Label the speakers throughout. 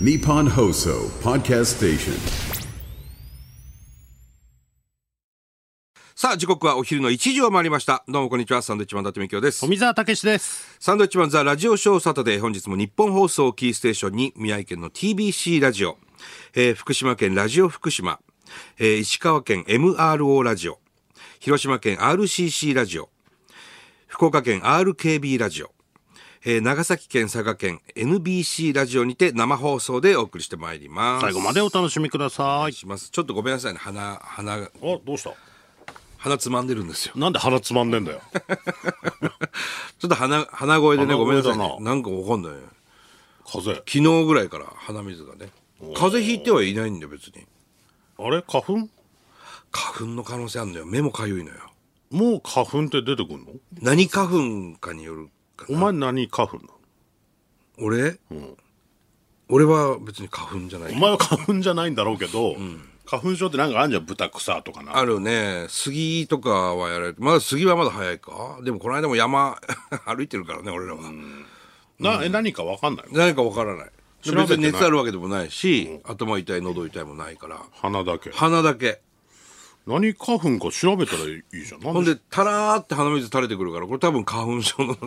Speaker 1: Nippon Hoso Podcast Station.
Speaker 2: さあ、時刻はお昼の1時を回りました。どうもこんにちは。サンドウィッチマン伊達美京です。
Speaker 3: 富澤たけしです。
Speaker 2: サンドウィッチマンザラジオショーサタデー。本日も日本放送をキーステーションに宮城県の TBC ラジオ、えー福島県ラジオ福島、えー石川県 MRO ラジオ、広島県 RCC ラジオ、福岡県 RKB ラジオ、えー長崎県佐賀県 NBC ラジオにて生放送でお送りしてまいります。
Speaker 3: 最後までお楽しみください。
Speaker 2: します。ちょっとごめんなさいね。鼻、鼻、
Speaker 3: あ、どうした
Speaker 2: 鼻つまんでるんですよ。
Speaker 3: なんで腹つまんでんだよ。
Speaker 2: ちょっと鼻、鼻声でね、
Speaker 3: 鼻
Speaker 2: ごめん
Speaker 3: 声
Speaker 2: なさ
Speaker 3: だ
Speaker 2: い、
Speaker 3: な
Speaker 2: ね。なんかわかんないね。
Speaker 3: 風邪。
Speaker 2: 昨日ぐらいから鼻水がね。風邪ひいてはいないんだよ、別に。
Speaker 3: あれ花粉
Speaker 2: 花粉の可能性あるのよ。目もかゆいのよ。
Speaker 3: もう花粉って出てくんの
Speaker 2: 何花粉かによるか
Speaker 3: お
Speaker 2: な。
Speaker 3: 前何花粉なの
Speaker 2: 俺、俺は別に花粉じゃな
Speaker 3: お
Speaker 2: い。
Speaker 3: 前は花粉じゃないんだろうけど、花粉症ってなんかあんじゃん豚草とかな。
Speaker 2: あるね。杉とかはやられて、まだ杉はまだ早いか。でもこの間も山 歩いてるからね、俺らは。
Speaker 3: な、え、何かわかんないの
Speaker 2: 何かわからない。
Speaker 3: 調べ
Speaker 2: 別
Speaker 3: てない
Speaker 2: に熱あるわけでもないし、頭痛い、喉痛いもないから。
Speaker 3: 鼻だけ。
Speaker 2: 鼻だけ。
Speaker 3: 何花粉か調べたらいいじゃん。な
Speaker 2: ほ
Speaker 3: ん
Speaker 2: ん
Speaker 3: で
Speaker 2: で、たらーって鼻水垂れてくるから、これ多分花粉症の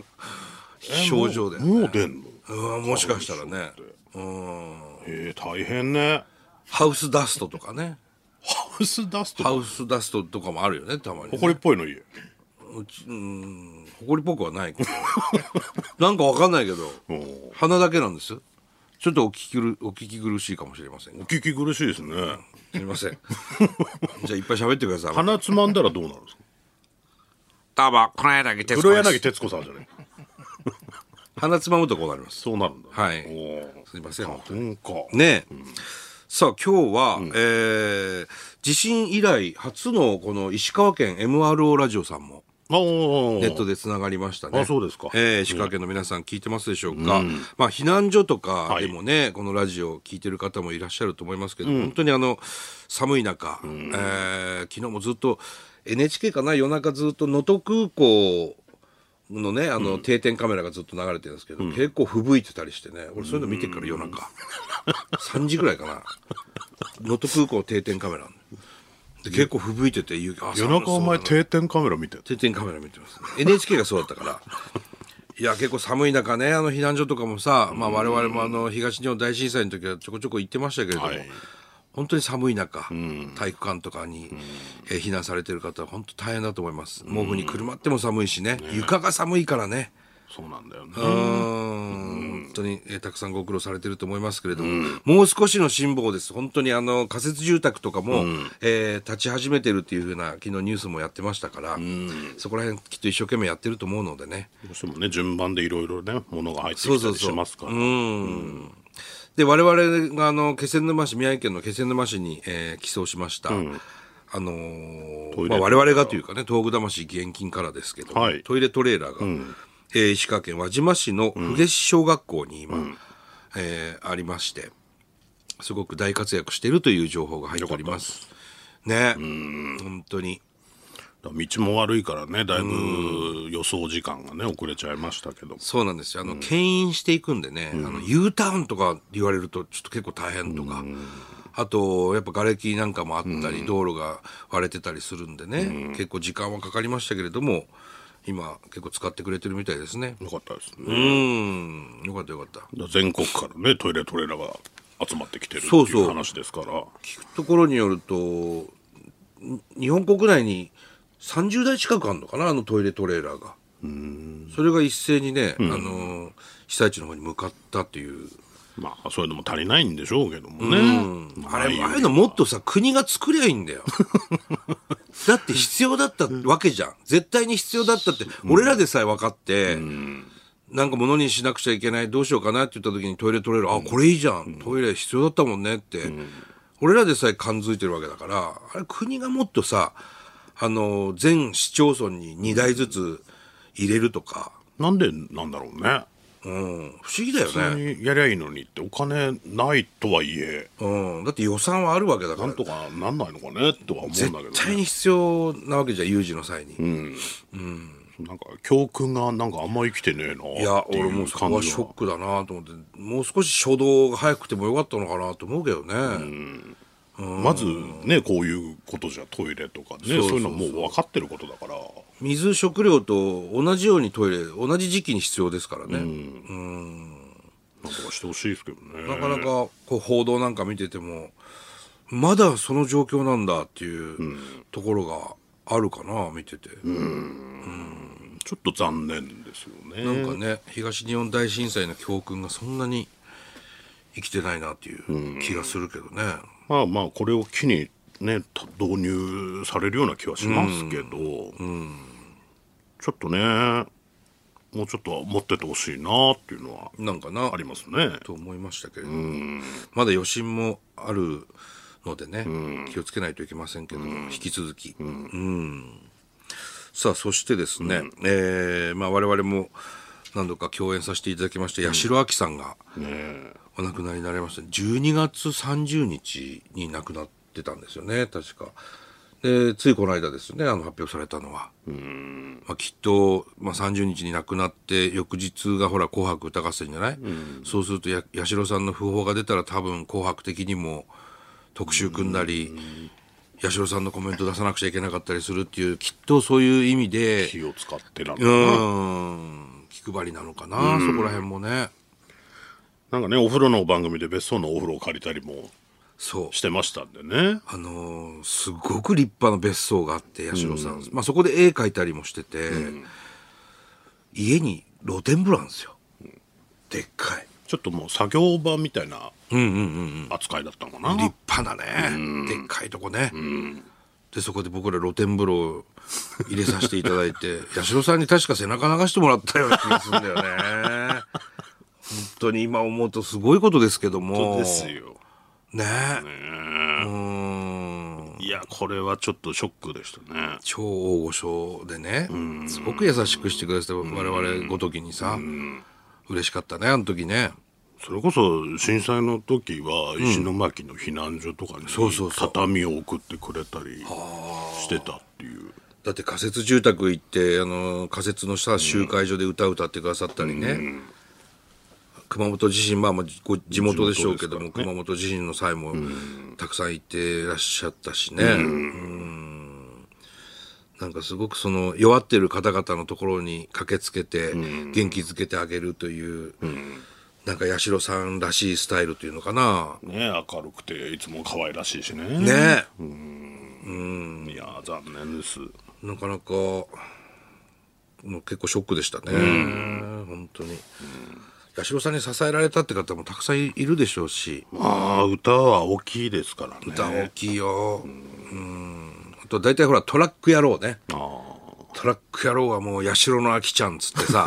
Speaker 2: 症状だよね。
Speaker 3: もう出ん
Speaker 2: う
Speaker 3: の
Speaker 2: ん、もしかしたらね。
Speaker 3: えー、大変ね。
Speaker 2: ハウスダストとかね。
Speaker 3: ハウスダスト
Speaker 2: ハ。ウスダストとかもあるよね、たまに、ね。
Speaker 3: 埃っぽいの家。
Speaker 2: うちうん、埃っぽくはないけど。 なんかわかんないけど、
Speaker 3: うん
Speaker 2: 鼻だけなんです。ちょっとお聞き苦お聞き苦しいかもしれませんが
Speaker 3: お。聞き苦しいですね。
Speaker 2: すみません。じゃあいっぱい喋ってください。
Speaker 3: 鼻つまんだらどうなるんですか
Speaker 2: タバコ、この柳徹
Speaker 3: 黒
Speaker 2: 子で
Speaker 3: 柳
Speaker 2: す。
Speaker 3: 徹子さんじゃない
Speaker 2: 鼻つまむとこうなります。
Speaker 3: そうなるんだ。
Speaker 2: はい
Speaker 3: おー
Speaker 2: すみません。本当に
Speaker 3: 花粉か。
Speaker 2: ねえ。さあ今日は、えー地震以来初のこの石川県 MRO ラジオさんも
Speaker 3: あー
Speaker 2: ネットでつながりましたね。
Speaker 3: あそうですか
Speaker 2: えー石川県の皆さん聞いてますでしょうか。まあ避難所とか
Speaker 3: はい
Speaker 2: でもね、このラジオを聞いてる方もいらっしゃると思いますけど、本当にあの寒い中、えー昨日もずっと NHK かな夜中ずっと能登空港のね、あの定点カメラがずっと流れてるんですけど、結構吹雪いてたりしてね、俺そういうの見てっから夜中。3時ぐらいか な。能登空港定点カメラ。で結構吹雪いてて、夕日あ
Speaker 3: 夜中お前
Speaker 2: そうだな
Speaker 3: 定点カメラ見てんの
Speaker 2: 定点カメラ見てます、ね、NHK がそうだったからいや結構寒い中ねあの避難所とかもさ、まあ、我々もあの東日本大震災の時はちょこちょこ行ってましたけれども、
Speaker 3: はい
Speaker 2: 本当に寒い中、体育館とかに、えー避難されてる方は本当大変だと思います毛布にくるまっても寒いしね床が寒いからね
Speaker 3: そうなんだよね
Speaker 2: うーん本当に、えーたくさんご苦労されてると思いますけれども、もう少しの辛抱です。本当にあの、仮設住宅とかも、えー立ち始めてるっていうふうな、昨日ニュースもやってましたから、そこら辺きっと一生懸命やってると思うのでね。
Speaker 3: どうしてもね順番でいろいろね物が入ってきたりしますから
Speaker 2: うん。で、我々があの、気仙沼市、宮城県の気仙沼市に、えー寄贈しました。あのー
Speaker 3: トイレ
Speaker 2: まあ、我々がというかね、東北魂義援金からですけど、
Speaker 3: はい
Speaker 2: トイレトレーラーが、えー石川県輪島市の久下市小学校に今、えーありまして、すごく大活躍しているという情報が入っております。ね、本当に。
Speaker 3: だから道も悪いからねだいぶ予想時間がね遅れちゃいましたけど
Speaker 2: そうなんですよ。あの、牽引していくんでね、あの、U ターンとかって言われると、ちょっと結構大変とか、あと、やっぱ瓦礫なんかもあったり、道路が割れてたりするんでね、結構時間はかかりましたけれども、今、結構使ってくれてるみたいですね。
Speaker 3: よかったですね、
Speaker 2: う
Speaker 3: だか
Speaker 2: ん、よかったよかった。
Speaker 3: ら全国からねトイレトレーラーが集まってきてるって
Speaker 2: そうそう
Speaker 3: いう話ですから
Speaker 2: 聞くところによると、に日本国内に30台近くあるのかな、あのトイレトレーラーが。それが一斉にね、あの、被災地の方に向かったという。
Speaker 3: まあそういうのも足りないんでしょうけどもね、ま
Speaker 2: あれ、ああ
Speaker 3: よ
Speaker 2: いうのもっとさ、国が作りゃいいんだ よ。だって必要だったわけじゃん。絶対に必要だったって、俺らでさえ分かって、なんか物にしなくちゃいけない、どうしようかなって言った時にトイレ取れる、あ、これいいじゃん。トイレ必要だったもんねって。俺らでさえ感づいてるわけだから、あれ国がもっとさ、あの、全市町村に2台ずつ入れるとか、
Speaker 3: なんでなんだろうね
Speaker 2: うん、不思議だよ
Speaker 3: 普通
Speaker 2: ね。
Speaker 3: にやりゃいいのにってお金ないとはいえ
Speaker 2: うん、だって予算はあるわけだか
Speaker 3: な
Speaker 2: ら
Speaker 3: んとかなんないのかねとは思うんだけどね
Speaker 2: 絶対に必要なわけじゃん有事の際に、うん
Speaker 3: なんか教訓がなんかあんま生きてねえなってい
Speaker 2: いや俺もうそこは
Speaker 3: 感じ
Speaker 2: シ
Speaker 3: は
Speaker 2: ョックだなと思ってもう少し初動が早くてもよかったのかなと思うけどね、
Speaker 3: まずねこういうことじゃトイレとかねそう
Speaker 2: そうそう
Speaker 3: いうのはもう分かってることだから
Speaker 2: 水食料と同じようにトイレ同じ時期に必要ですからね、
Speaker 3: なんとかしてほしいですけどね
Speaker 2: なかなかこう報道なんか見ててもまだその状況なんだっていうところがあるかな見てて、
Speaker 3: ちょっと残念ですよね
Speaker 2: なんかね東日本大震災の教訓がそんなに生きてないなっていう気がするけどね、
Speaker 3: まあまあこれを機にねた導入されるような気はしますけど、ちょっとねもうちょっと持っててほしいなっていうのは
Speaker 2: なんかな
Speaker 3: ありますね
Speaker 2: と思いましたけれども、まだ余震もあるのでね、気をつけないといけませんけども、引き続き、うんさあそしてですね、えーまあ、我々も何度か共演させていただきました八代亜紀さんがお亡くなりになりました12月30日に亡くなってたんですよね確か。でついこの間ですよねあの発表されたのは。まあ、きっと、まあ、30日に亡くなって翌日がほら「紅白歌合戦」じゃない、そうするとや八代さんの訃報が出たら多分「紅白」的にも特集組んだり、八代さんのコメント出さなくちゃいけなかったりするっていうきっとそういう意味で
Speaker 3: 気を使ってなのか
Speaker 2: う
Speaker 3: な
Speaker 2: ーん気配りなのかな、そこら辺もね
Speaker 3: なんかねお風呂の番組で別荘のお風呂を借りたりも
Speaker 2: そう
Speaker 3: してましたんでね
Speaker 2: あのーすごく立派な別荘があって八代さん、まあ、そこで絵描いたりもしてて、家に露天風呂なんですよ、でっかい。
Speaker 3: ちょっともう作業場みたいな扱いだったのかな、
Speaker 2: 立派なねでっかいとこねでそこで僕ら露天風呂を入れさせていただいて 八代さんに確か背中流してもらったような気がするんだ よね本当に今思うとすごいことですけども
Speaker 3: 本当ですよ
Speaker 2: ね
Speaker 3: ね
Speaker 2: うーん
Speaker 3: いやこれはちょっとショックでしたね
Speaker 2: 超大御所でねすごく優しくしてくださって我々ごときにさ嬉しかったねあの時ね
Speaker 3: それこそ震災の時は石巻の避難所とかに
Speaker 2: そうそうそう
Speaker 3: 畳を送ってくれたりしてたっていう
Speaker 2: だって仮設住宅行ってあの仮設のさ集会所で歌歌ってくださったりね、熊本地震まあまあご地元でしょうけども、
Speaker 3: 地元ですから
Speaker 2: 熊
Speaker 3: ね
Speaker 2: 本地震の際もたくさん行ってらっしゃったしね、うんなんかすごくその弱ってる方々のところに駆けつけて元気づけてあげるという、なんか八代さんらしいスタイルというのかな、
Speaker 3: ね明るくていつも可愛らしいしね
Speaker 2: ね
Speaker 3: いやー残念です
Speaker 2: なかなかもう結構ショックでしたね、本当に、八代さんに支えられたって方もたくさんいるでしょうし
Speaker 3: まあ歌は大きいですからね
Speaker 2: 歌大きいよ、うん、あと大体ほらトラック野郎ね
Speaker 3: ああ
Speaker 2: トラック野郎はもう八代のあきちゃんっつってさ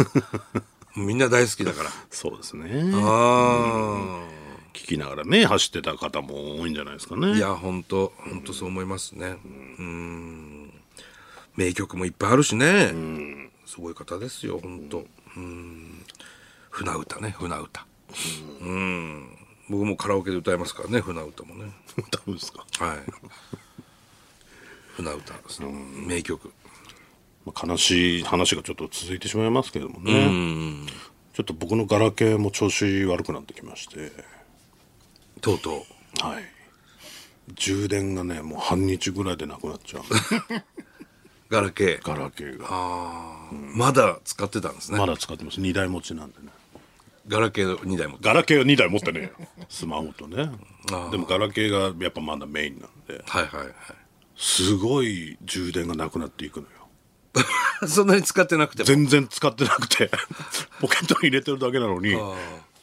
Speaker 2: みんな大好きだから
Speaker 3: そうですね
Speaker 2: あ
Speaker 3: 聞きながらね走ってた方も多いんじゃないですか
Speaker 2: あい
Speaker 3: ね
Speaker 2: や本当本当そう思いますねうん名曲もいっぱいあるしね、すごい方ですよ本当うん船歌ね船歌うん僕もカラオケで歌いますからね船歌もね
Speaker 3: 歌うんですか、
Speaker 2: はい船歌ですね名曲
Speaker 3: まあ悲しい話がちょっと続いてしまいますけどもねちょっと僕のガラケーも調子悪くなってきまして
Speaker 2: とうと
Speaker 3: はい。充電がね、もう半日ぐらいでなくなっちゃう。
Speaker 2: うガラケー
Speaker 3: ガラケーが。
Speaker 2: まだ使ってたんですね
Speaker 3: まだ使ってます。2台持ちなんでね。
Speaker 2: ガラケーの2台も
Speaker 3: ガラケーは2台持ってねえよ。 スマホとね。でもガラケーがやっぱまだメインなんで、
Speaker 2: はいはいはい
Speaker 3: すごい充電がなくなっていくのよ。
Speaker 2: そんなに使ってなくても
Speaker 3: 全然使ってなくて、 ポケットに入れてるだけなのに、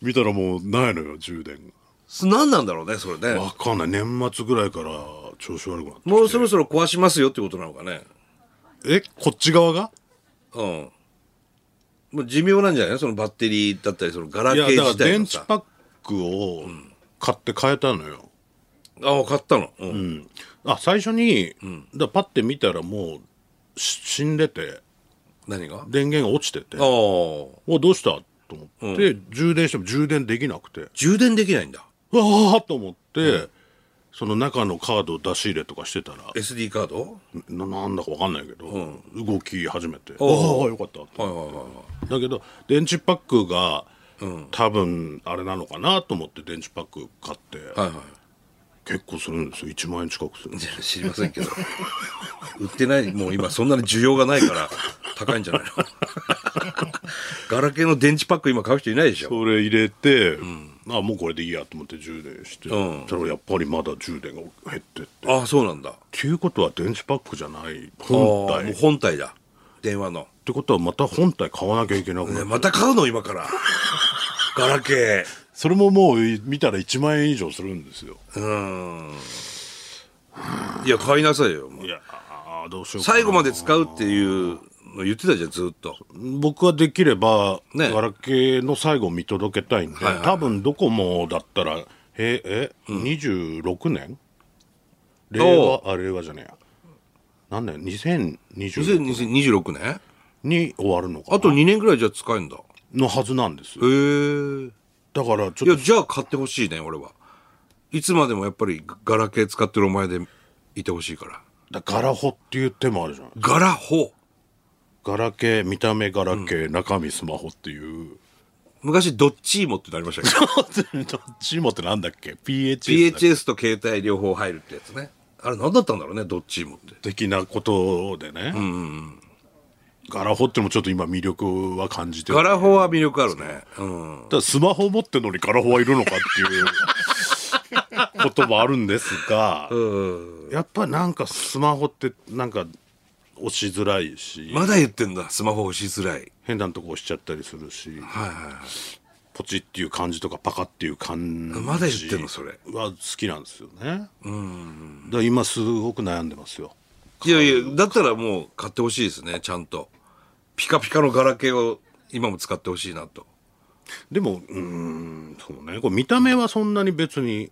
Speaker 3: 見たらもうないのよ、充電
Speaker 2: す何なんだろうねそれね
Speaker 3: が。わかんない。年末ぐらいから調子悪くなって。
Speaker 2: もうそろそろ壊しますよってことなのかね。
Speaker 3: え、こっち側が
Speaker 2: うん。もう寿命なんじゃないそのバッテリーだったり、そのガラ
Speaker 3: い
Speaker 2: ケー
Speaker 3: や、だから
Speaker 2: 自体
Speaker 3: 電
Speaker 2: の
Speaker 3: 池
Speaker 2: さ。
Speaker 3: パックを買って変えたのよ。
Speaker 2: ああ、買ったの。うん。
Speaker 3: あ最初に、だパッて見たらもうし死んでて
Speaker 2: 何があ
Speaker 3: 電源が落ちてて
Speaker 2: あ。
Speaker 3: おどうしたと思って、充電しても充電できなくて
Speaker 2: 充電できないんだ。
Speaker 3: うわーっと思って、その中のカードを出し入れとかしてたら
Speaker 2: SD カード
Speaker 3: ななんだか分かんないけど、動き始めてああ
Speaker 2: お
Speaker 3: よかったって
Speaker 2: はいはいはいはい。
Speaker 3: だけど電池パックが、多分あれなのかなと思って電池パック買って、
Speaker 2: はいは
Speaker 3: 結構するんですよ1万円近くするんです
Speaker 2: い。知りませんけど。 売ってない、もう今そんなに需要がないから、高いんじゃないの ガラケーの電池パック今買う人いないでしょ。
Speaker 3: それ入れて、あもうこれでいいやと思って充電して、
Speaker 2: うん
Speaker 3: それはやっぱりまだ充電が減ってって。
Speaker 2: ああ、そうなんだ。
Speaker 3: っていうことは電池パックじゃない本
Speaker 2: 本
Speaker 3: 体
Speaker 2: 体。も
Speaker 3: っ
Speaker 2: う本体だ。電話の。
Speaker 3: てことはまた本体買わなきゃいけなくな
Speaker 2: ね
Speaker 3: る、
Speaker 2: また買うの今から。ガラケ
Speaker 3: それももうい見たら1万円以上するんですよ
Speaker 2: ー。うーん。いや、買いなさいよ。もう
Speaker 3: いやあーどうしようかな
Speaker 2: 最後まで使うっていうの言ってたじゃん、ずっと。
Speaker 3: 僕はできれば、
Speaker 2: ね
Speaker 3: ガラケーの最後を見届けたいんで、
Speaker 2: はいはい
Speaker 3: 多分ドコモだったらええ、26年令
Speaker 2: お
Speaker 3: 和あ令和じゃねえや何年2020年
Speaker 2: 2026年
Speaker 3: に終わるのかな
Speaker 2: あと2年ぐらいじゃ使えるんだ。へ
Speaker 3: のはずなんです
Speaker 2: えー。
Speaker 3: だからち
Speaker 2: い
Speaker 3: ょ
Speaker 2: や、
Speaker 3: っと
Speaker 2: じゃあ買ってほしいね、俺は。いつまでもやっぱりガラケー使ってるお前でいてほしいから。
Speaker 3: だガラホっていう手もあるじゃない
Speaker 2: ガラホ。
Speaker 3: ガラケー見た目ガラケー、中身スマホっ ていう
Speaker 2: 昔、どっちもってなりましたけど。
Speaker 3: どっちもってなんだっけ PHS だっけ
Speaker 2: PHS と携帯両方入るってやつね。あれ何だったんだろうね、どっちもって。
Speaker 3: 的なことでね、ガラホってのもちょっと今魅力は感じてる
Speaker 2: ガラホは魅力あるね。うん。
Speaker 3: ただスマホ持ってんのにガラホはいるのかっていう こともあるんですが、やっぱなんかスマホってなんか押しづらいし、
Speaker 2: まだ言ってんだ、スマホ押しづらい。
Speaker 3: 変なとこ押しちゃったりするし、
Speaker 2: はいはいはい。
Speaker 3: ポチっていう感じとかパカっていう感じ
Speaker 2: まだ言ってんのそれ
Speaker 3: は好きなんですよねだから今すごく悩んでますよ
Speaker 2: いやいや、だったらもう買ってほしいですね、ちゃんと。ピカピカのガラケーを今も使ってほしいなと。
Speaker 3: でもうーんそうねこれ見た目はそんなに別に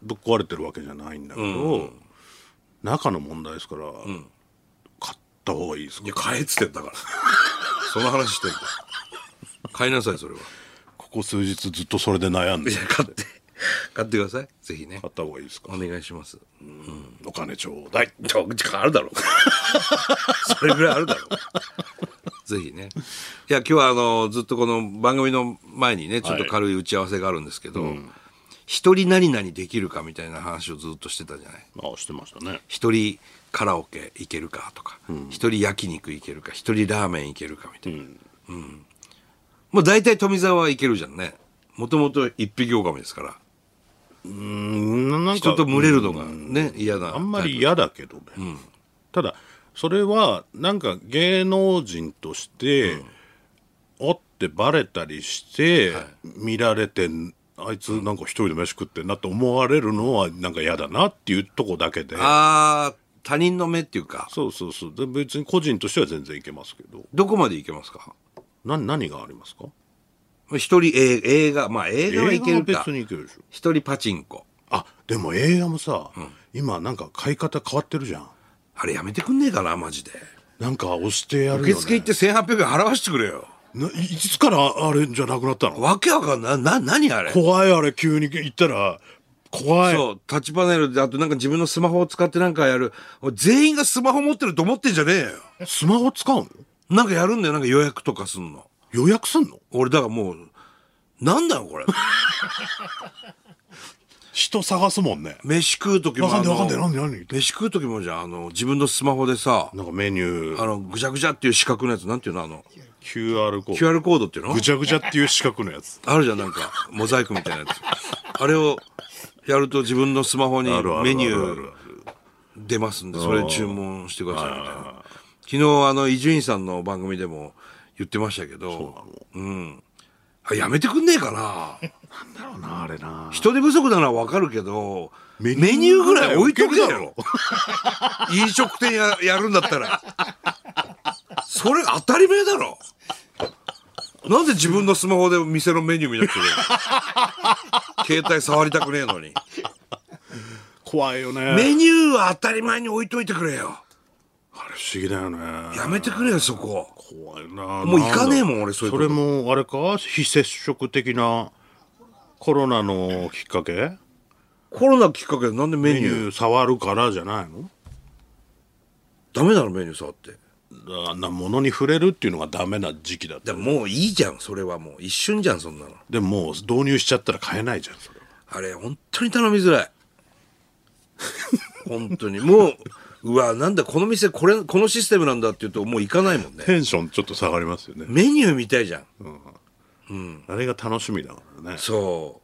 Speaker 3: ぶっ壊れてるわけじゃないんだけど、中の問題ですから、買った方がいいですか
Speaker 2: いや、買えっつってんだから。その話してんだ。買いなさい、それは。
Speaker 3: ここ数日ずっとそれで悩んで
Speaker 2: いや、買って、買ってください。ぜひね。
Speaker 3: 買った方がいいですか
Speaker 2: お願いします。
Speaker 3: お金ちょうだい
Speaker 2: ちょ、時間あるだろう。それぐらいあるだろう。ぜひね。いや、今日はあの、ずっとこの番組の前にね、ちょっと軽い打ち合わせがあるんですけど、一人何々できるかみたいな話をずっとしてたじゃない。
Speaker 3: あしてましたね
Speaker 2: 一人カラオケ行けるかとか、一人焼肉行けるか、一人ラーメン行けるかみたいな。うん。まあ大体富澤は行けるじゃんね。もともと一匹狼ですから。
Speaker 3: うんなんか
Speaker 2: 人と群れるのがね、嫌な。
Speaker 3: あんまり嫌だけどね、ただそれはなんか芸能人として、おってバレたりして、見られてあいつなんか一人で飯食ってんなって思われるのはなんか嫌だなっていうとこだけで
Speaker 2: ああ、他人の目っていうか、
Speaker 3: そうそうそうで別に個人としては全然いけますけど
Speaker 2: どこまで行けますか
Speaker 3: な何がありますか
Speaker 2: 一人映映画、まあ映
Speaker 3: 映
Speaker 2: 画
Speaker 3: 画
Speaker 2: は
Speaker 3: はい
Speaker 2: けるか
Speaker 3: 別。にいけるでしょ
Speaker 2: 一人パチンコ。
Speaker 3: あでも映画もさ、今なんか買い方変わってるじゃん
Speaker 2: あれやめてくんねえかな、マジで。
Speaker 3: なんか押してやるよ、ね、
Speaker 2: 受付行って1800円払わしてくれよ。
Speaker 3: ないいつからあれじゃなくなったの
Speaker 2: わけわかんない。な、何あれ
Speaker 3: 怖いあれ急に行ったら怖い
Speaker 2: そう、タッチパネルで、あとなんか自分のスマホを使ってなんかやる。おい全員がスマホ持ってると思ってんじゃねえよ。
Speaker 3: スマホ使うの
Speaker 2: なんかやるんだよ、なんか予約とかすんの。
Speaker 3: 予約すんの
Speaker 2: 俺、だからもう、なんだよ、 これ。
Speaker 3: 人探すもんね
Speaker 2: 飯食う時も。
Speaker 3: わかんない
Speaker 2: あの
Speaker 3: わかんないなんでなんで
Speaker 2: 飯食う時もじゃん、あの、自分のスマホでさ、
Speaker 3: なんかメニュ
Speaker 2: あ
Speaker 3: ー
Speaker 2: の、ぐちゃぐちゃっていう四角のやつ、なんていうの、あの、
Speaker 3: QR コード
Speaker 2: QR コードっていうの
Speaker 3: ぐちゃぐちゃっていう四角のやつ
Speaker 2: あるじゃん、なんか、モザイクみたいなやつ。あれをやると自分のスマホに
Speaker 3: あるあるあるある
Speaker 2: メニュー出ますんで、それ注文してくださいみたいな。昨日、あの、伊集院さんの番組でも言ってましたけど、うん。あやめてくんねえかな
Speaker 3: だなあれな
Speaker 2: 人手不足なのはわかるけど、メ
Speaker 3: メニュー
Speaker 2: ニューぐらい置いとけ
Speaker 3: 置けるだ
Speaker 2: よ
Speaker 3: ろ。
Speaker 2: 飲食店ややるんだったら。それ当たり前だろ。なんで自分のスマホで店のメニュー見なくていいの携帯触りたくねえのに。
Speaker 3: 怖いよねあれ
Speaker 2: メニューは当たり前に置いといてくれよ。
Speaker 3: 不思議だよね
Speaker 2: やめてくれよ、そこ。
Speaker 3: 怖いな
Speaker 2: もう行かねえもん俺そういう
Speaker 3: そ
Speaker 2: とこ
Speaker 3: れもあれか非接触的なコロナのきっかけ
Speaker 2: コロナきっかけでなんでメニ
Speaker 3: メニ
Speaker 2: ュー
Speaker 3: ュー触るからじゃないの
Speaker 2: ダメなのメニュー触って
Speaker 3: あんなものに触れるっていうのがダメな時期だった
Speaker 2: でももういいじゃんそれはもう一瞬じゃんそんなの
Speaker 3: でももう導入しちゃったら買えないじゃんそれは
Speaker 2: あれ本当に頼みづらい本当にもううわなんだこの店これこのシステムなんだって言うともう行かないもんね
Speaker 3: テンションちょっと下がりますよね、
Speaker 2: メニューみたいじゃん
Speaker 3: あれが楽しみだからね
Speaker 2: そ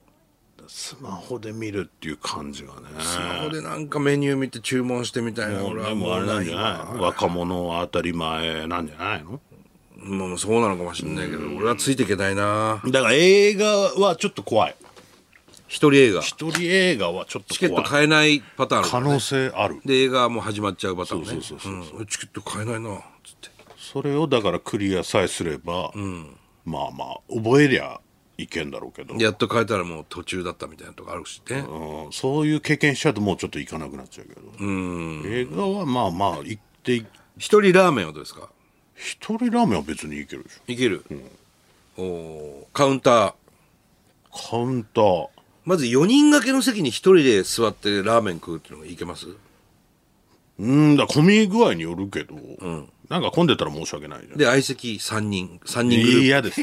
Speaker 3: スマホで見るっていう感じがね
Speaker 2: うスマホでなんかメニュー見て注文してみたいな俺は
Speaker 3: でも
Speaker 2: も
Speaker 3: あ
Speaker 2: う
Speaker 3: れ
Speaker 2: な
Speaker 3: なん
Speaker 2: い
Speaker 3: じゃない若者は当たり前なんじゃないの
Speaker 2: もうそうなのかもしれないけど俺はついていけないな
Speaker 3: だから映画はちょっと怖い
Speaker 2: 一人映画チ
Speaker 3: 一人映画はちょっと
Speaker 2: ケッ
Speaker 3: 怖
Speaker 2: ト
Speaker 3: い
Speaker 2: 買えないパターンあるか
Speaker 3: 可
Speaker 2: ら
Speaker 3: 能性ある
Speaker 2: で映画も始まっちゃうパターンね
Speaker 3: そうそうそう
Speaker 2: うんチケット買えないなつって
Speaker 3: それをだからクリアさえすれば、まあまあ覚えりゃいけんだろうけど
Speaker 2: やっと変えたらもう途中だったみたいなとこあるしね、
Speaker 3: うんそういう経験しちゃうともうちょっと行かなくなっちゃうけど映画はまあまあ行ってい
Speaker 2: 一人ラーメンはどうですか
Speaker 3: 一人ラーメンは別に行けるでし
Speaker 2: いける、おーカウンター
Speaker 3: ょカウンター
Speaker 2: まず4人掛けの席に一人で座ってラーメン食うっていうのがいけます
Speaker 3: うんだ混み具合によるけど、なんか混んでたら申し訳ないじゃん
Speaker 2: で相席3人3人グルー
Speaker 3: 嫌です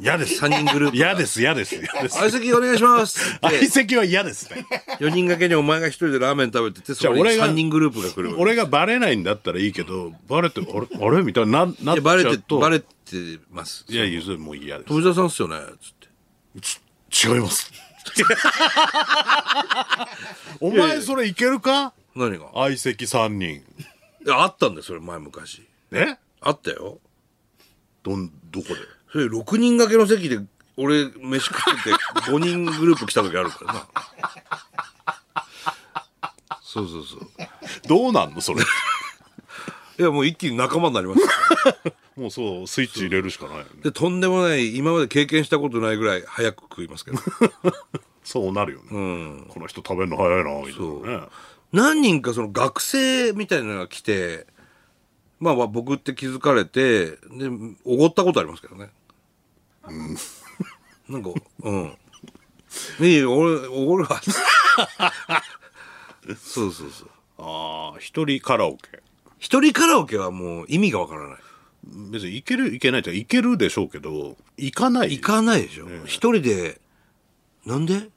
Speaker 3: 嫌です
Speaker 2: プ3人グループ
Speaker 3: 嫌です嫌です嫌です
Speaker 2: 相席お願いしますって
Speaker 3: 相席は嫌です ね
Speaker 2: 4人掛けにお前が一人でラーメン食べててそこに
Speaker 3: じゃあ俺が
Speaker 2: 3人グループが来る
Speaker 3: 俺がバレないんだったらいいけどバレてあれあれみたいにななっちゃ
Speaker 2: いやバレ
Speaker 3: う
Speaker 2: て
Speaker 3: と
Speaker 2: バレてます
Speaker 3: いやいやそれもう嫌です
Speaker 2: 富澤さんっすよねつって
Speaker 3: 違います お前それいけるか
Speaker 2: 何が
Speaker 3: 相席3人
Speaker 2: いやあったんだよそれ前昔
Speaker 3: え
Speaker 2: あったよ
Speaker 3: どんどこで
Speaker 2: それ6人掛けの席で俺飯食ってて5 人グループ来た時あるからなそうそうそう
Speaker 3: どうなんの それ
Speaker 2: いやもう一気に仲間になりました
Speaker 3: もうそうスイッチ入れるしかないよね
Speaker 2: でとんでもない今まで経験したことないぐらい早く食いますけど
Speaker 3: そうなるよね、この人食べるの早いなみたいなね
Speaker 2: 何人かその学生みたいなのが来てまあまあ僕って気づかれてでおごったことありますけどねなんかうんいいよ俺おごるわそうそうそう
Speaker 3: ああ一人カラオケ
Speaker 2: 一人カラオケはもう意味がわからない
Speaker 3: 別にいけるいけないっていけるでしょうけど行かない
Speaker 2: 行かないでしょ一、人でなんで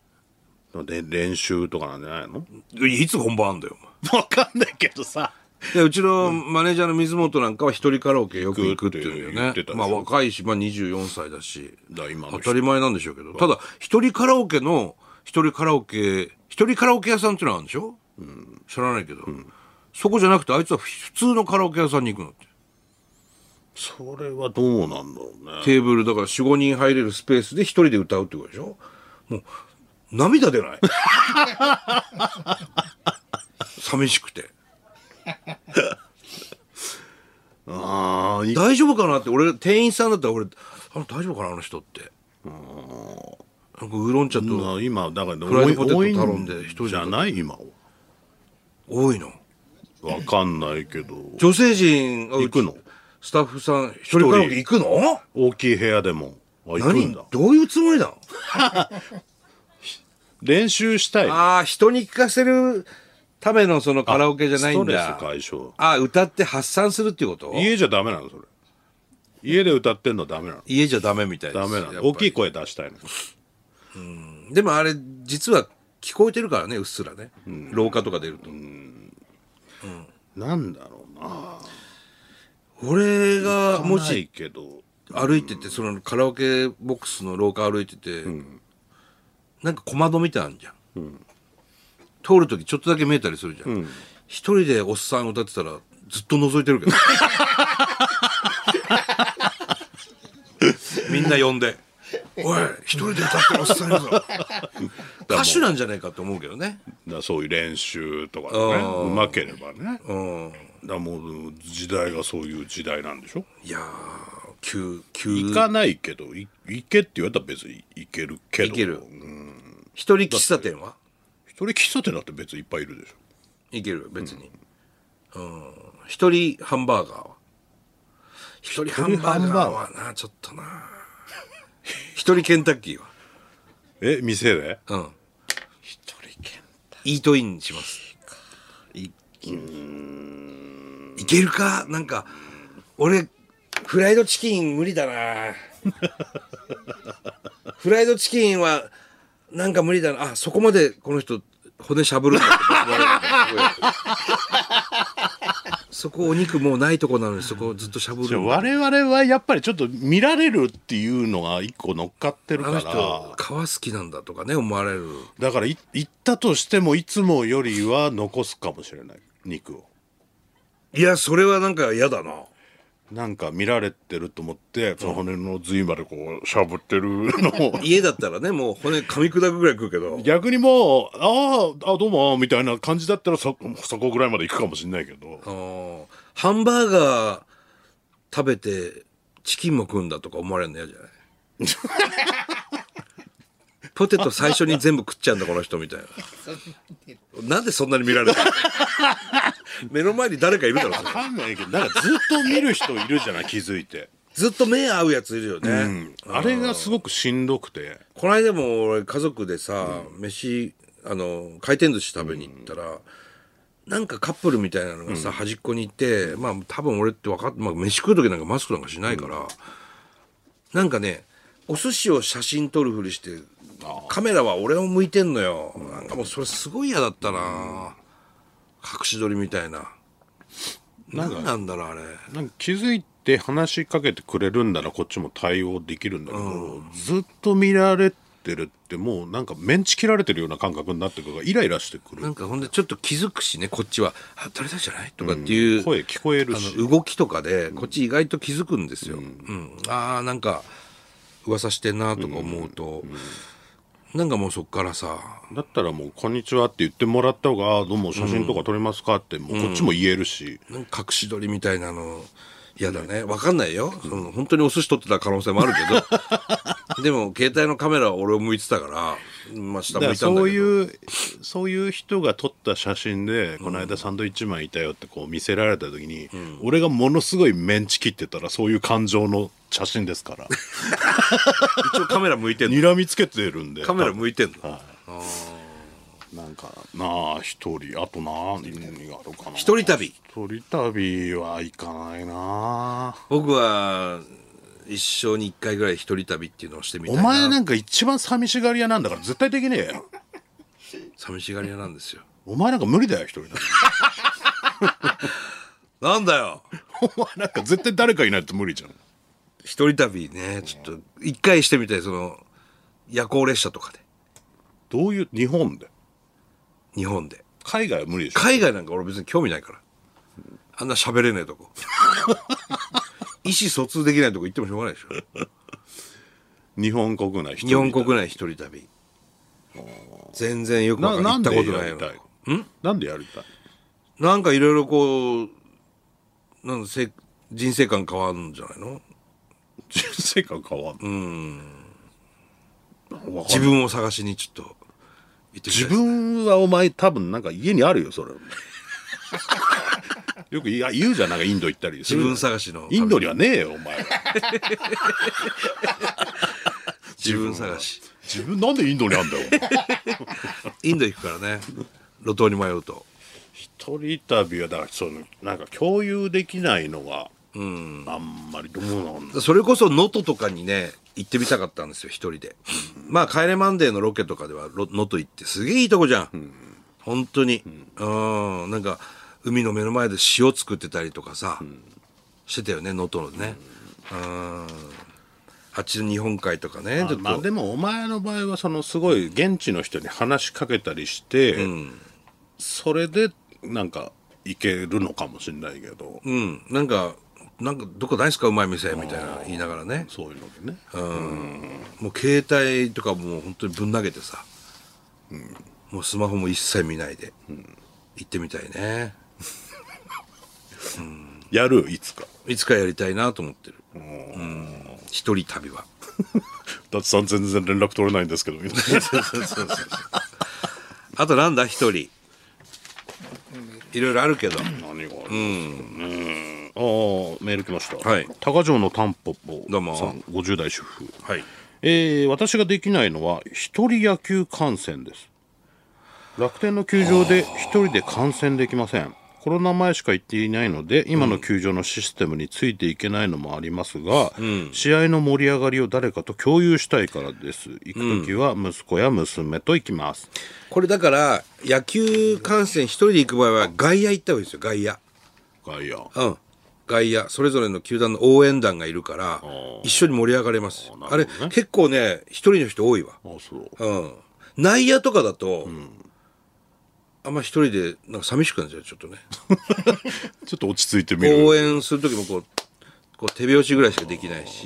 Speaker 3: で練習とかなんじゃないの
Speaker 2: いつ本番あんだよお前
Speaker 3: わかんないけどさ
Speaker 2: でうちのマネージャーの水本なんかは一人カラオケよく行くってい
Speaker 3: 行くって
Speaker 2: う
Speaker 3: 言
Speaker 2: ね
Speaker 3: ってたでしょ
Speaker 2: まあ若いし、まあ、24歳だし
Speaker 3: だ今の
Speaker 2: 当
Speaker 3: 人
Speaker 2: たり前なんでしょうけどただ一人カラオケの一人カラオケ一人カラオケ屋さんっていうのはあるんでしょ、知らないけど、そこじゃなくてあいつは普通のカラオケ屋さんに行くのって、
Speaker 3: それはどうなんだろうね
Speaker 2: テーブルだから45人入れるスペースで一人で歌うってことでしょもう涙出 ない寂しくて
Speaker 3: ああい
Speaker 2: 大丈夫かなって俺店員さんだったら俺あの大丈夫かなあの人ってなんかウーロン茶と
Speaker 3: まあ今だから
Speaker 2: フライドポテト
Speaker 3: 多い
Speaker 2: 頼んで一人で
Speaker 3: じゃない今は
Speaker 2: 多いの
Speaker 3: わかんないけど
Speaker 2: 女性陣が
Speaker 3: 行くの
Speaker 2: スタッフさん一人カラオケ行くの
Speaker 3: 大きい部屋でもあ行くん
Speaker 2: 何
Speaker 3: だ
Speaker 2: どういうつもりだ
Speaker 3: 練習したい
Speaker 2: ああ人に聞かせるためのそのカラオケじゃないんだ
Speaker 3: ストレス解消
Speaker 2: ああ歌って発散するっていうこと
Speaker 3: 家じゃダメなのそれ家で歌ってんのダメなの
Speaker 2: 家じゃダメみたいです
Speaker 3: ダメな
Speaker 2: やっ
Speaker 3: の
Speaker 2: ぱり
Speaker 3: 大きい声出したいの
Speaker 2: でもあれ実は聞こえてるからねうっすらね、廊下とか出ると、
Speaker 3: なんだろうな
Speaker 2: 俺がも
Speaker 3: もし
Speaker 2: し
Speaker 3: いけど
Speaker 2: 歩いてて、そのカラオケボックスの廊下歩いてて、なんか小窓みたいなのあんじゃん、通る時ちょっとだけ見えたりするじゃん、一人でおっさん歌ってたらずっと覗いてるけどみんな呼んで「おい一人で歌ってるおっさんいるぞ」歌手なんじゃないかと思うけどね
Speaker 3: だそういう練習とかねうまければねだもう時代がそういう時代なんでしょ
Speaker 2: いやー急急
Speaker 3: 行かないけどい行けって言われたら別に行けるけど
Speaker 2: 行ける
Speaker 3: うん
Speaker 2: 一人喫茶店は
Speaker 3: 一人喫茶店だって別にいっぱいいるでしょ
Speaker 2: いける別にうん一人ハンバーガーは一人ハンバーガーはなちょっとな一人ケンタッキーは
Speaker 3: え店で
Speaker 2: うん
Speaker 3: 一人
Speaker 2: イートインしますいけるかなんか俺フライドチキン無理だ なフライドチキンはなんか無理だなあそこまでこの人骨しゃぶるんだって思われる そこお肉もうないとこなのにそこをずっとしゃぶ
Speaker 3: じ
Speaker 2: る
Speaker 3: ゃあ
Speaker 2: んだ
Speaker 3: 我々はやっぱりちょっと見られるっていうのが一個乗っかってる
Speaker 2: あ
Speaker 3: か
Speaker 2: の
Speaker 3: ら
Speaker 2: 人皮好きなんだとかね思われる
Speaker 3: だからい行ったとしてもいつもよりは残すかもしれない肉を
Speaker 2: いやそれはなんか嫌だな
Speaker 3: なんか見られてると思ってその骨の髄までこうしゃぶってるの を
Speaker 2: 家だったらねもう骨噛み砕くぐらい食うけど
Speaker 3: 逆にもう「あーあどうも」みたいな感じだったらそそこぐらいまで行くかもしれないけど
Speaker 2: あーハンバーガー食べてチキンも食うんだとか思われるの嫌じゃ ないポテト最初に全部食っちゃうんだこの人みたいななんでそんなに見られる の目の前に誰かいるだろうそれ
Speaker 3: 分かんないけどなんかずっと見る人いるじゃない気づいて、
Speaker 2: ずっと目合うやついるよね、
Speaker 3: うん、あれがすごくしんどくて
Speaker 2: この間も俺家族でさ、飯あの回転寿司食べに行ったら、なんかカップルみたいなのがさ、端っこにいてまあ多分俺って分かって、まあ、飯食う時なんかマスクなんかしないから、なんかねお寿司を写真撮るふりしてカメラは俺を向いてんのよ、なんかもうそれすごい嫌だったな、隠し撮りみたいな
Speaker 3: なん
Speaker 2: 何
Speaker 3: か
Speaker 2: なんだろうあれ
Speaker 3: なんか気づいて話しかけてくれるんならこっちも対応できるんだけど、ずっと見られてるってもうなんかメンチ切られてるような感覚になってくるからイライラしてくる
Speaker 2: なんかほんでちょっと気づくしねこっちは「あ撮れたじゃない?」とかっていう、
Speaker 3: 声聞こえる
Speaker 2: あ
Speaker 3: し
Speaker 2: の動きとかでこっち意外と気づくんですよ、うんああなんか噂してんなとか思うと、なんかもうそっからさ
Speaker 3: だったらもう「こんにちは」って言ってもらった方があー「どうも写真とか撮りますか?」ってもうこっちも言えるし、
Speaker 2: なんか隠し撮りみたいなの嫌だね分かんないよ、その本当にお寿司撮ってた可能性もあるけ どでも携帯のカメラは俺を向いてたから、まあ、下向
Speaker 3: だから
Speaker 2: いたんだけど
Speaker 3: そういうそういう人が撮った写真で「この間サンドイッチマンいたよ」ってこう見せられた時に、俺がものすごいメンチ切ってたらそういう感情の写真ですから
Speaker 2: 一応カメラ向いてんの
Speaker 3: 睨みつけてるんで
Speaker 2: カメラ向いてんの
Speaker 3: なんかなあ一人あとな何があるかな
Speaker 2: 一人旅
Speaker 3: 一人旅は行かないな
Speaker 2: 僕は一生に一回ぐらい一人旅っていうのをしてみたい
Speaker 3: お
Speaker 2: な
Speaker 3: 前なんか一番寂しがり屋なんだから絶対できねえよ
Speaker 2: 寂しがり屋なんですよ
Speaker 3: お前なんか無理だよ一人旅
Speaker 2: なんだよ
Speaker 3: お前なんか絶対誰かいないと無理じゃん
Speaker 2: 一人旅ねちょっと一回してみたいその夜行列車とかで
Speaker 3: どういう日本で
Speaker 2: 日本で
Speaker 3: 海外は無理でしょ
Speaker 2: 海外なんか俺別に興味ないからあんな喋れねえとこ意思疎通できないとこ行ってもしょうがないでしょ
Speaker 3: 日本国内一人旅
Speaker 2: 日本国内一人旅全然よくわか
Speaker 3: なんな
Speaker 2: 行っ
Speaker 3: ん
Speaker 2: た
Speaker 3: で
Speaker 2: こと
Speaker 3: や
Speaker 2: ない
Speaker 3: り
Speaker 2: よ
Speaker 3: たいなんでやりたい
Speaker 2: なんかいろいろこうなんだせ人生観変わるんじゃないの
Speaker 3: 人生観変わんのわか
Speaker 2: 自
Speaker 3: んない
Speaker 2: 分を探しにちょっと行ってみたい
Speaker 3: 自分はお前多分なんか家にあるよ それよくいや言うじゃんなんかインド行ったりす
Speaker 2: 自
Speaker 3: る
Speaker 2: 分探しの旅
Speaker 3: インドにはねえよお前
Speaker 2: 自分探し
Speaker 3: 自分なんでインドにあんだよ
Speaker 2: インド行くからね路頭に迷うと
Speaker 3: 一人旅はだからそのなんか共有できないのがあんまりどうなんだ
Speaker 2: それこそ能登とかにね行ってみたかったんですよ一人で、まあ「帰れマンデー」のロケとかではろ能登行ってすげえいいとこじゃん、本当にうんなんか海の目の前で塩作ってたりとかさ、してたよね能登のねうんあっちの日本海とかねちょっと、
Speaker 3: まあでもお前の場合はそのすごい現地の人に話しかけたりして、それでなんか行けるのかもしれないけど、
Speaker 2: うんなんかなんかどこないっすかうまい店みたいな言いながらね
Speaker 3: そういうのでね
Speaker 2: もう携帯とかもう本当にぶん投げてさ、もうスマホも一切見ないで、行ってみたいね
Speaker 3: やるいつか
Speaker 2: いつかやりたいなと思ってる、うん一人旅は
Speaker 3: だってさん全然連絡取れないんですけどみたいな
Speaker 2: そうそうそうそうあとなんだ一人いろいろあるけど
Speaker 3: 何があるんですかね、ああメール来ました、
Speaker 2: はい
Speaker 3: 高城のたんぽぽ
Speaker 2: どうも
Speaker 3: さん50代主婦、
Speaker 2: はい
Speaker 3: えー私ができないのは一人野球観戦です楽天の球場で一人で観戦できませんコロナ前しか行っていないので今の球場のシステムについていけないのもありますが、試合の盛り上がりを誰かと共有したいからです行く時は息子や娘と行きます、
Speaker 2: これだから、野球観戦一人で行く場合は、外野行った方がいいですよ、外野。
Speaker 3: ガイア
Speaker 2: うん。外野、それぞれの球団の応援団がいるから、一緒に盛り上がれますよ。あれ、結構ね、一人の人多いわ。
Speaker 3: あそう
Speaker 2: うん。内野とかだと、あんま一人で、なんか寂しくなっちゃう、ちょっとね。
Speaker 3: ちょっと落ち着いてみる
Speaker 2: 応援する時もこう、こう手拍子ぐらいしかできないし、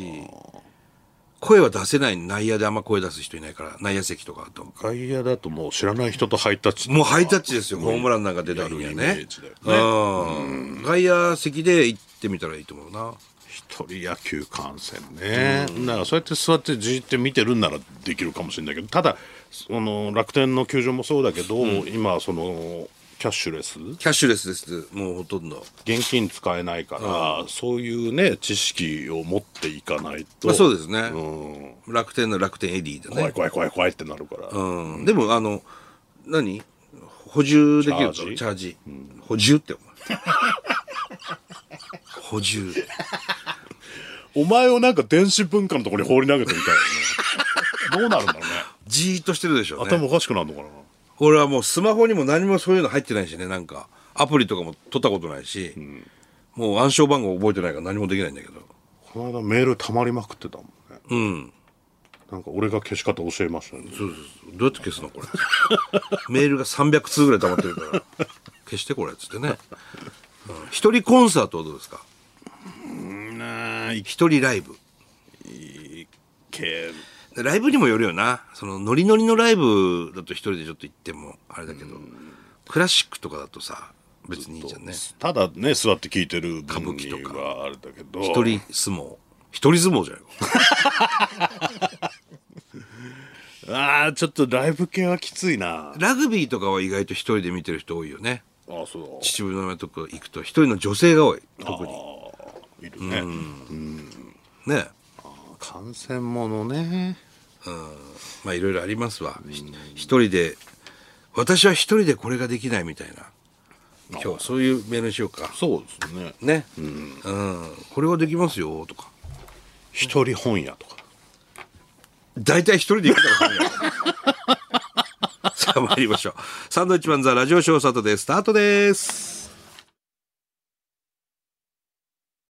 Speaker 2: 声は出せない、内野であんま声出す人いないから、内野席とかだと。
Speaker 3: 外野だともう知らない人とハイタッチ
Speaker 2: もうハイタッチですよ、ホームランなんか出た時には
Speaker 3: やるイメ
Speaker 2: ね
Speaker 3: ージだよ。
Speaker 2: うん外野席で行ってみたらいいと思うな。
Speaker 3: 一人野球観戦ね、だからそうやって座ってじーって見てるんならできるかもしれないけどただその楽天の球場もそうだけど、今そのキャッシュレス
Speaker 2: キャッシュレスです、もうほとんど。
Speaker 3: 現金使えないから、そういうね知識を持っていかないと、
Speaker 2: まあそうですね。
Speaker 3: うん
Speaker 2: 楽天の楽天エディで
Speaker 3: 怖い
Speaker 2: ね。
Speaker 3: 怖い怖い怖いってなるから、
Speaker 2: うんでも、あの、何補充できると
Speaker 3: チャージ
Speaker 2: チャージ。補充ってお前。補充。
Speaker 3: お前をなんか電子文化のところに放り投げてみ たいよねどうなるんだろうね
Speaker 2: じーっとしてるでしょうね。
Speaker 3: 頭おかしくなるのかな
Speaker 2: 俺はもうスマホにも何もそういうの入ってないしね、なんか。アプリとかも取ったことないし、もう暗証番号覚えてないから何もできないんだけど。
Speaker 3: この間メール溜まりまくってたもんね
Speaker 2: うん。
Speaker 3: なんか俺が消し方教えましたね
Speaker 2: そうそうそう。どうやって消すのこれ。メールが300通ぐらい溜まってるから。消してこれ、つってね。うん一人コンサートはどうですか一人ライブ。
Speaker 3: け
Speaker 2: でライブにもよるよな。そのノリノリのライブだと一人でちょっと行ってもあれだけど、クラシックとかだとさ、別にいいじゃんね。
Speaker 3: ただね座って聞いてる歌
Speaker 2: 歌舞伎とか
Speaker 3: あれだけど
Speaker 2: 一人相撲。一人相撲じゃない
Speaker 3: ああちょっとライブ系はきついなあ
Speaker 2: ラグビーとかは意外と一人で見てる人多いよね。
Speaker 3: ーそ
Speaker 2: 秩父の山とか行くと一人の女性が多い。特に。
Speaker 3: ういるね
Speaker 2: ね。
Speaker 3: 感染ものね
Speaker 2: まあいろいろありますわ。ひ一人で、私は一人でこれができないみたいな。今日そういうメールにしようか。
Speaker 3: そうですね
Speaker 2: ね。うん。これはできますよ、とか。
Speaker 3: 一人本屋とか
Speaker 2: 大体一人で行くから ねさあ参りましょう。サンドウィッチマンザラジオショーサートでスタートです。